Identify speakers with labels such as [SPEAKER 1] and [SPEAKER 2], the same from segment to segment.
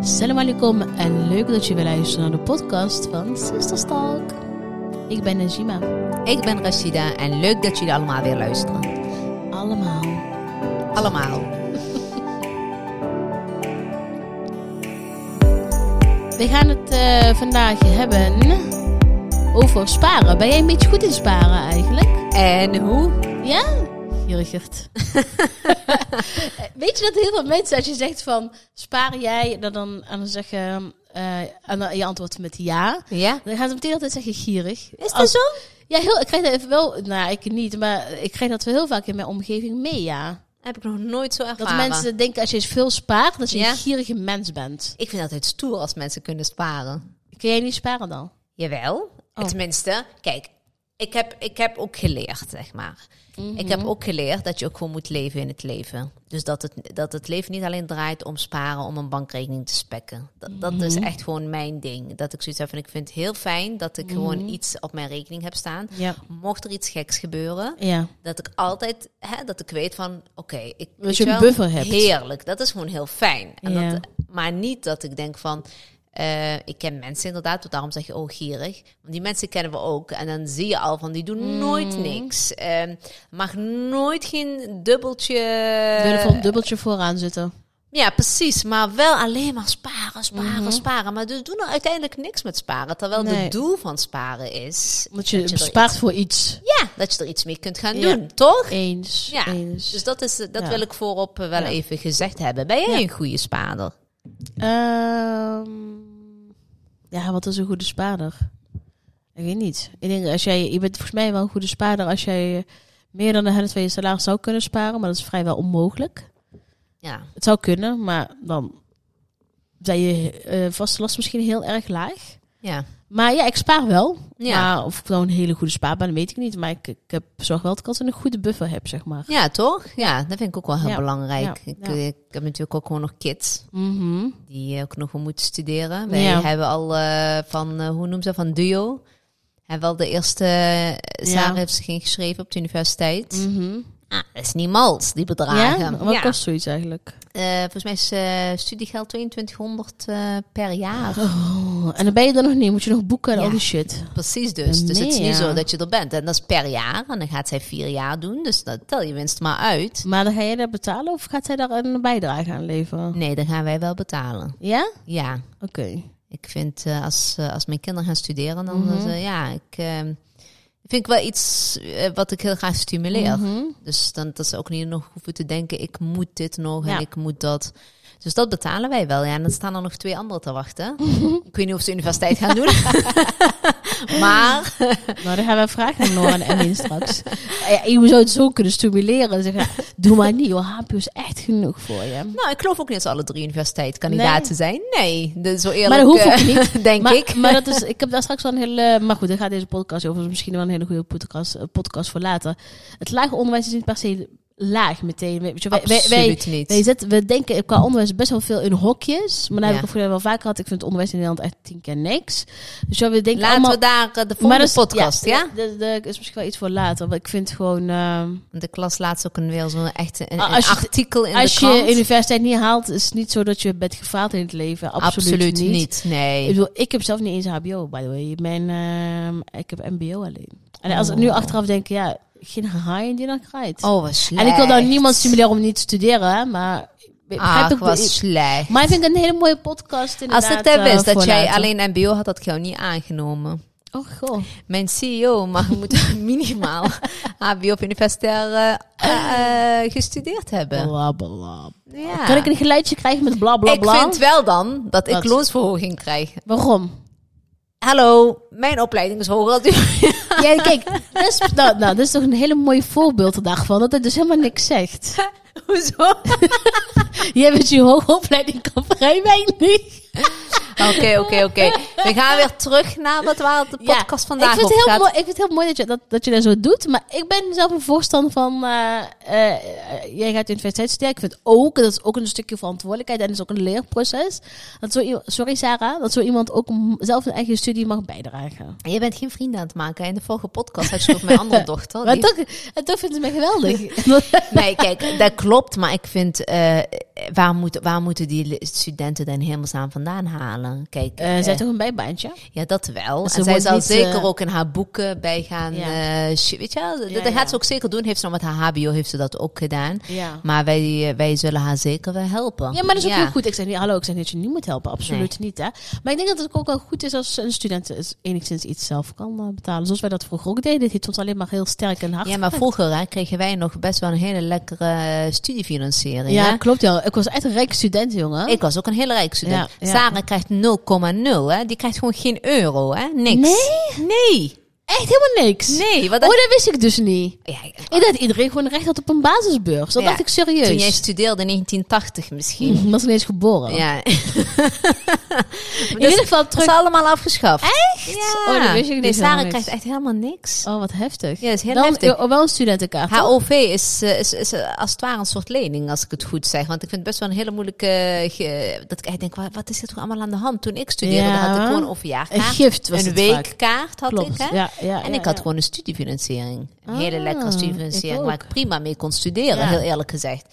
[SPEAKER 1] Salam alaikum en leuk dat je weer luistert naar de podcast van Sisterstalk. Ik ben Najima.
[SPEAKER 2] Ik ben Rashida en leuk dat jullie allemaal weer luisteren.
[SPEAKER 1] Allemaal.
[SPEAKER 2] Allemaal.
[SPEAKER 1] We gaan het eh, vandaag hebben over sparen. Ben jij een beetje goed in sparen eigenlijk?
[SPEAKER 2] En hoe?
[SPEAKER 1] Ja? Gierigert. Weet je dat heel veel mensen, als je zegt van spaar jij, dan, dan, en dan zeggen... eh, en dan- je antwoordt met ja.
[SPEAKER 2] Ja?
[SPEAKER 1] Dan gaan ze meteen altijd zeggen gierig.
[SPEAKER 2] Is dat
[SPEAKER 1] Als-
[SPEAKER 2] zo?
[SPEAKER 1] Ja, heel, ik krijg dat even wel... Nou, ik niet, maar ik krijg dat wel heel vaak in mijn omgeving mee, ja.
[SPEAKER 2] Heb ik nog nooit zo ervaren.
[SPEAKER 1] Dat mensen denken, als je veel spaart, dat je
[SPEAKER 2] Ja.
[SPEAKER 1] een gierige mens bent.
[SPEAKER 2] Ik vind het altijd stoer als mensen kunnen sparen.
[SPEAKER 1] Kun jij niet sparen dan?
[SPEAKER 2] Jawel.
[SPEAKER 1] Oh.
[SPEAKER 2] Tenminste, kijk, ik heb, ik heb ook geleerd, zeg maar. Ik heb ook geleerd dat je ook gewoon moet leven in het leven. Dus dat het, dat het leven niet alleen draait om sparen, om een bankrekening te spekken. Dat, dat is echt gewoon mijn ding. Dat ik zoiets heb van, ik vind het heel fijn dat ik gewoon iets op mijn rekening heb staan.
[SPEAKER 1] Ja.
[SPEAKER 2] Mocht er iets geks gebeuren,
[SPEAKER 1] Ja.
[SPEAKER 2] dat ik altijd, hè, dat ik weet van, oké, ik
[SPEAKER 1] je
[SPEAKER 2] weet
[SPEAKER 1] een
[SPEAKER 2] wel,
[SPEAKER 1] buffer hebt.
[SPEAKER 2] Heerlijk, dat is gewoon heel fijn. En
[SPEAKER 1] Ja.
[SPEAKER 2] dat, maar niet dat ik denk van, eh, ik ken mensen inderdaad, want daarom zeg je, oh gierig. Want die mensen kennen we ook. En dan zie je al van, die doen
[SPEAKER 1] Mm.
[SPEAKER 2] nooit niks. Eh, mag nooit geen dubbeltje.
[SPEAKER 1] Wil er voor een dubbeltje vooraan zitten.
[SPEAKER 2] Ja, precies. Maar wel alleen maar sparen, sparen, sparen. Maar ze doen er uiteindelijk niks met sparen. Terwijl
[SPEAKER 1] Mhm. Nee.
[SPEAKER 2] het doel van sparen is...
[SPEAKER 1] Omdat je,
[SPEAKER 2] dat er
[SPEAKER 1] spaart voor iets.
[SPEAKER 2] iets- ja, dat je er iets mee kunt gaan
[SPEAKER 1] Ja.
[SPEAKER 2] doen, toch?
[SPEAKER 1] Eens.
[SPEAKER 2] Ja,
[SPEAKER 1] Eens.
[SPEAKER 2] dus dat, is, dat
[SPEAKER 1] Ja.
[SPEAKER 2] wil ik voorop eh, wel
[SPEAKER 1] Ja.
[SPEAKER 2] even gezegd hebben. Ben jij
[SPEAKER 1] Ja.
[SPEAKER 2] een goede spaarder?
[SPEAKER 1] Ehm, ja, wat is een goede spaarder? Ik weet niet. Ik denk, als jij, je bent volgens mij wel een goede spaarder als jij meer dan de helft van je salaris zou kunnen sparen. Maar dat is vrijwel onmogelijk.
[SPEAKER 2] Ja.
[SPEAKER 1] Het zou kunnen, maar dan zijn je eh vaste last misschien heel erg laag.
[SPEAKER 2] ja.
[SPEAKER 1] Maar ja, ik spaar wel.
[SPEAKER 2] Ja.
[SPEAKER 1] Maar of ik nou een hele goede spaar ben, weet ik niet. Maar ik, ik heb, zorg wel dat ik altijd een goede buffer heb, zeg maar.
[SPEAKER 2] Ja, toch? Ja, dat vind ik ook wel heel
[SPEAKER 1] Ja.
[SPEAKER 2] belangrijk.
[SPEAKER 1] Ja.
[SPEAKER 2] Ik, eh,
[SPEAKER 1] Ja.
[SPEAKER 2] ik heb natuurlijk ook gewoon nog kids
[SPEAKER 1] Mhm.
[SPEAKER 2] die eh, ook nog wel moeten studeren. Wij
[SPEAKER 1] Ja.
[SPEAKER 2] hebben al eh, van, eh, hoe noem ze, van duo. Hebben wel de eerste, Sarah heeft zich ingeschreven op de universiteit.
[SPEAKER 1] Mhm.
[SPEAKER 2] Ah, dat is niet mals, die
[SPEAKER 1] Ja?
[SPEAKER 2] bedragen.
[SPEAKER 1] Wat kost zoiets eigenlijk?
[SPEAKER 2] Eh, volgens mij is eh, studiegeld 2200 eh, per jaar.
[SPEAKER 1] Oh, en dan ben je er nog niet. Moet je nog boeken en
[SPEAKER 2] Ja.
[SPEAKER 1] al die shit.
[SPEAKER 2] Precies dus. Dus het is
[SPEAKER 1] Meer.
[SPEAKER 2] niet zo dat je er bent. En dat is per jaar. En dan gaat zij vier jaar doen. Dus dat tel je winst maar uit.
[SPEAKER 1] Maar dan ga jij dat betalen of gaat zij daar een bijdrage aan leveren?
[SPEAKER 2] Nee, dan gaan wij wel betalen.
[SPEAKER 1] Ja?
[SPEAKER 2] Ja.
[SPEAKER 1] Oké.
[SPEAKER 2] Ik vind eh, als, eh, als mijn kinderen gaan studeren, dan eh, ja, ik eh, vind ik wel iets eh, wat ik heel graag stimuleer. Dus dan dat ze ook niet nog hoeven te denken, ik moet dit nog
[SPEAKER 1] Ja.
[SPEAKER 2] en ik moet dat. Dus dat betalen wij wel. Ja, en dan staan er nog twee anderen te wachten. Ik weet niet of ze universiteit gaan doen. maar
[SPEAKER 1] Nou, dan gaan we vragen aan Nora en Emin straks. Ja, je zou het zo kunnen stimuleren. en Zeggen, doe maar niet hoor. HBO is echt genoeg voor je.
[SPEAKER 2] nou, ik geloof ook niet dat ze alle drie universiteitskandidaten
[SPEAKER 1] Nee.
[SPEAKER 2] zijn. Nee, dus zo eerlijk
[SPEAKER 1] Maar dat hoeft ook
[SPEAKER 2] eh,
[SPEAKER 1] niet.
[SPEAKER 2] denk
[SPEAKER 1] maar,
[SPEAKER 2] ik.
[SPEAKER 1] Maar dat is, ik heb daar straks wel een hele... eh, Maar goed, daar gaat deze podcast over. Dus misschien wel een hele goede podcast, eh, podcast voor later. Het lager onderwijs is niet per se laag meteen. Weet je, wij, wij, wij,
[SPEAKER 2] Absoluut niet.
[SPEAKER 1] wij zetten- we denken qua onderwijs best wel veel in hokjes. Maar daar heb
[SPEAKER 2] Ja.
[SPEAKER 1] ik het vroeger wel vaker gehad. Ik vind het onderwijs in Nederland echt tien keer niks. Dus ja, we denken
[SPEAKER 2] Laten
[SPEAKER 1] allemaal...
[SPEAKER 2] we daar eh, de volgende
[SPEAKER 1] dat is-
[SPEAKER 2] podcast, ja?
[SPEAKER 1] Dat dat is misschien wel iets voor later. Want ik vind gewoon... ehm,
[SPEAKER 2] Want ik las laatst ook een weer zo'n echte een,
[SPEAKER 1] Ah, Als je-
[SPEAKER 2] een artikel in
[SPEAKER 1] als
[SPEAKER 2] de
[SPEAKER 1] je
[SPEAKER 2] krant.
[SPEAKER 1] universiteit niet haalt, is het niet zo dat je bent gefaald in het leven. Absoluut, niet. Ik
[SPEAKER 2] nee.
[SPEAKER 1] bedoel, ik heb zelf niet eens HBO, by the way. Mijn, ehm, ik heb MBO alleen. En als ik nu
[SPEAKER 2] Oh.
[SPEAKER 1] achteraf denk, ja, geen haai die dan krijgt.
[SPEAKER 2] Oh, was slecht.
[SPEAKER 1] en ik wil dan niemand stimuleren om niet te studeren, hè, maar... ik begrijp
[SPEAKER 2] Ach,
[SPEAKER 1] ook
[SPEAKER 2] was
[SPEAKER 1] de-
[SPEAKER 2] slecht.
[SPEAKER 1] Maar ik vind het een hele mooie podcast
[SPEAKER 2] Ah, Als
[SPEAKER 1] inderdaad.
[SPEAKER 2] ik dat
[SPEAKER 1] eh,
[SPEAKER 2] wist, dat
[SPEAKER 1] voor
[SPEAKER 2] jij
[SPEAKER 1] later.
[SPEAKER 2] alleen mbo had, had ik jou niet aangenomen.
[SPEAKER 1] Oh, goh.
[SPEAKER 2] Mijn E CEO mag moet minimaal hbo of universitair eh, eh, eh, gestudeerd hebben.
[SPEAKER 1] Bla, bla.
[SPEAKER 2] Ja.
[SPEAKER 1] Oh. Kan ik een geluidje krijgen met bla, bla,
[SPEAKER 2] Ah. Ik
[SPEAKER 1] bla?
[SPEAKER 2] vind wel dan dat ik
[SPEAKER 1] Wat?
[SPEAKER 2] loonsverhoging krijg.
[SPEAKER 1] Waarom?
[SPEAKER 2] Hallo, mijn opleiding is hoger dan u.
[SPEAKER 1] Ja, kijk, dat is, nou, nou, dat is toch een hele mooie voorbeeld daarvan, dat het dus helemaal niks zegt.
[SPEAKER 2] Hoezo? Oké,
[SPEAKER 1] Jij bent je hoogopleiding kan vrij weinig.
[SPEAKER 2] oké, oké. We gaan weer terug naar wat waar de
[SPEAKER 1] Ja,
[SPEAKER 2] podcast vandaag
[SPEAKER 1] ik vind,
[SPEAKER 2] over
[SPEAKER 1] het heel
[SPEAKER 2] gaat.
[SPEAKER 1] mooi, ik vind het heel mooi dat je dat, dat, je dat zo doet. Maar ik ben zelf een voorstander van... eh, eh, eh, jij gaat de universiteit studeren. Ik vind ook, dat is ook een stukje verantwoordelijkheid. En dat is ook een leerproces. Dat zo, i- sorry Sarah, dat zo iemand ook m- zelf een eigen studie mag bijdragen.
[SPEAKER 2] Je bent geen vrienden aan het maken. In de vorige podcast had je het over mijn andere dochter.
[SPEAKER 1] Maar
[SPEAKER 2] Oh, Die-
[SPEAKER 1] toch, en toch vindt ze mij geweldig.
[SPEAKER 2] Nee, kijk, dat klopt. Maar ik vind, eh, eh, waar, moet, waar moeten die le- studenten dan in hemelsnaam vandaan halen? Kijk,
[SPEAKER 1] Eh,
[SPEAKER 2] eh,
[SPEAKER 1] zij heeft toch een bijbaantje?
[SPEAKER 2] ja, dat wel.
[SPEAKER 1] Ze
[SPEAKER 2] en zij
[SPEAKER 1] wordt
[SPEAKER 2] zal
[SPEAKER 1] niet,
[SPEAKER 2] zeker
[SPEAKER 1] eh,
[SPEAKER 2] ook in haar boeken bij gaan.
[SPEAKER 1] Ja.
[SPEAKER 2] eh, sh- weet je, wel, dat,
[SPEAKER 1] Ja,
[SPEAKER 2] dat gaat
[SPEAKER 1] ja.
[SPEAKER 2] ze ook zeker doen. Heeft ze nog met haar HBO heeft ze dat ook gedaan.
[SPEAKER 1] Ja.
[SPEAKER 2] Maar wij, eh, wij zullen haar zeker wel helpen.
[SPEAKER 1] Ja, maar dat is ook heel goed. Ik zeg niet, hallo, ik zeg niet dat je niet moet helpen. Absoluut niet, hè. Maar ik denk dat het ook wel goed is als een student eens- enigszins iets zelf kan eh, betalen. Zoals wij dat vroeger ook deden. Dit heeft ons alleen maar heel sterk en hard
[SPEAKER 2] Ja, maar
[SPEAKER 1] gemaakt.
[SPEAKER 2] vroeger hè, kregen wij nog best wel een hele lekkere eh, studiefinanciering.
[SPEAKER 1] Ja,
[SPEAKER 2] hè?
[SPEAKER 1] klopt wel. Ik was echt een rijk student, jongen.
[SPEAKER 2] Ik was ook een heel rijk student.
[SPEAKER 1] Ja, ja.
[SPEAKER 2] Sarah krijgt 0,0. hè. Die krijgt gewoon geen euro. Hè? Niks.
[SPEAKER 1] Nee?
[SPEAKER 2] Nee.
[SPEAKER 1] Echt helemaal niks.
[SPEAKER 2] Nee. Wat
[SPEAKER 1] Oh, dat wist ik dus niet.
[SPEAKER 2] ja,
[SPEAKER 1] Ik dacht dat iedereen gewoon recht had op een basisbeurs. Dat
[SPEAKER 2] Ja.
[SPEAKER 1] dacht ik serieus.
[SPEAKER 2] toen jij studeerde in 1980 misschien.
[SPEAKER 1] Hm, was ik ineens geboren.
[SPEAKER 2] Ja. dus
[SPEAKER 1] In ieder geval
[SPEAKER 2] Dat
[SPEAKER 1] terug.
[SPEAKER 2] is allemaal afgeschaft.
[SPEAKER 1] Echt?
[SPEAKER 2] Ja.
[SPEAKER 1] Oh, dat wist ik niet. helemaal
[SPEAKER 2] Die Sarah
[SPEAKER 1] niks.
[SPEAKER 2] krijgt echt helemaal niks.
[SPEAKER 1] Oh, wat heftig.
[SPEAKER 2] Ja, dat is heel
[SPEAKER 1] Dan
[SPEAKER 2] heftig.
[SPEAKER 1] eh, wel een studentenkaart.
[SPEAKER 2] Haar
[SPEAKER 1] toch?
[SPEAKER 2] OV is, eh, is, is eh, als het ware een soort lening, als ik het goed zeg. Want ik vind het best wel een hele moeilijke... eh, ge- dat ik echt denk, wa- wat, is dit toch allemaal aan de hand? Toen ik studeerde,
[SPEAKER 1] Ja.
[SPEAKER 2] had ik gewoon een
[SPEAKER 1] Een
[SPEAKER 2] overjaarkaart.
[SPEAKER 1] gift was
[SPEAKER 2] Een
[SPEAKER 1] het vaak.
[SPEAKER 2] weekkaart had
[SPEAKER 1] Klopt.
[SPEAKER 2] ik, hè?
[SPEAKER 1] Ja, ja,
[SPEAKER 2] En
[SPEAKER 1] ja,
[SPEAKER 2] ik had
[SPEAKER 1] ja.
[SPEAKER 2] gewoon een studiefinanciering. Een
[SPEAKER 1] Ah,
[SPEAKER 2] hele lekkere studiefinanciering
[SPEAKER 1] ik
[SPEAKER 2] waar
[SPEAKER 1] ook.
[SPEAKER 2] ik prima mee kon studeren,
[SPEAKER 1] Ja.
[SPEAKER 2] heel eerlijk gezegd.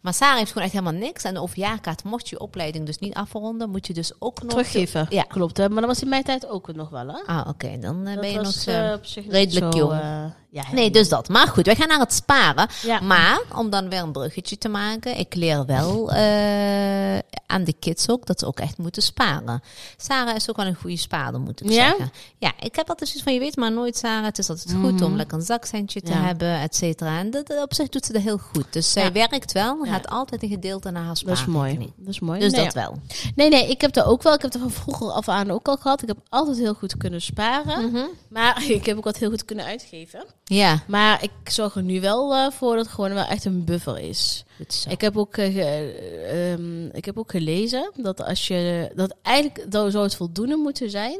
[SPEAKER 2] Maar Sarah heeft gewoon echt helemaal niks. En de overjaarkaart, mocht je je opleiding dus niet afronden, moet je dus ook nog...
[SPEAKER 1] teruggeven.
[SPEAKER 2] Ja.
[SPEAKER 1] Klopt, hè? maar dat was in mijn tijd ook nog wel, hè?
[SPEAKER 2] Ah, oké. Dan eh,
[SPEAKER 1] Dat
[SPEAKER 2] ben je
[SPEAKER 1] was,
[SPEAKER 2] nog... eh,
[SPEAKER 1] eh, op zich niet
[SPEAKER 2] redelijk
[SPEAKER 1] zo,
[SPEAKER 2] jong.
[SPEAKER 1] eh, ja,
[SPEAKER 2] Nee, dus dat. Maar goed, wij gaan naar het sparen.
[SPEAKER 1] Ja.
[SPEAKER 2] Maar, om dan weer een bruggetje te maken, ik leer wel eh, aan de kids ook dat ze ook echt moeten sparen. Sarah is ook wel een goede spaarder, moet ik
[SPEAKER 1] Ja?
[SPEAKER 2] zeggen. Ja, ik heb altijd zoiets van, je weet maar nooit Sarah, het is altijd goed om lekker een zakcentje te
[SPEAKER 1] Mhm. Ja.
[SPEAKER 2] hebben, et cetera. En dat, op zich doet ze dat heel goed. Dus zij
[SPEAKER 1] Ja.
[SPEAKER 2] werkt wel,
[SPEAKER 1] Ja.
[SPEAKER 2] gaat altijd een gedeelte naar haar
[SPEAKER 1] dat is mooi.
[SPEAKER 2] spaarrekening.
[SPEAKER 1] Dat is mooi.
[SPEAKER 2] Dus
[SPEAKER 1] nee,
[SPEAKER 2] dat
[SPEAKER 1] ja.
[SPEAKER 2] wel.
[SPEAKER 1] nee, nee, ik heb dat ook wel. Ik heb dat van vroeger af aan ook al gehad. Ik heb altijd heel goed kunnen sparen.
[SPEAKER 2] Hm.
[SPEAKER 1] Maar ik heb ook wat heel goed kunnen uitgeven.
[SPEAKER 2] Ja.
[SPEAKER 1] Maar ik zorg er nu wel eh, voor dat het gewoon wel echt een buffer is.
[SPEAKER 2] Goed zo.
[SPEAKER 1] Ik heb, ook, eh, ge- ehm, ik heb ook gelezen dat als je dat eigenlijk dat zou het voldoende moeten zijn.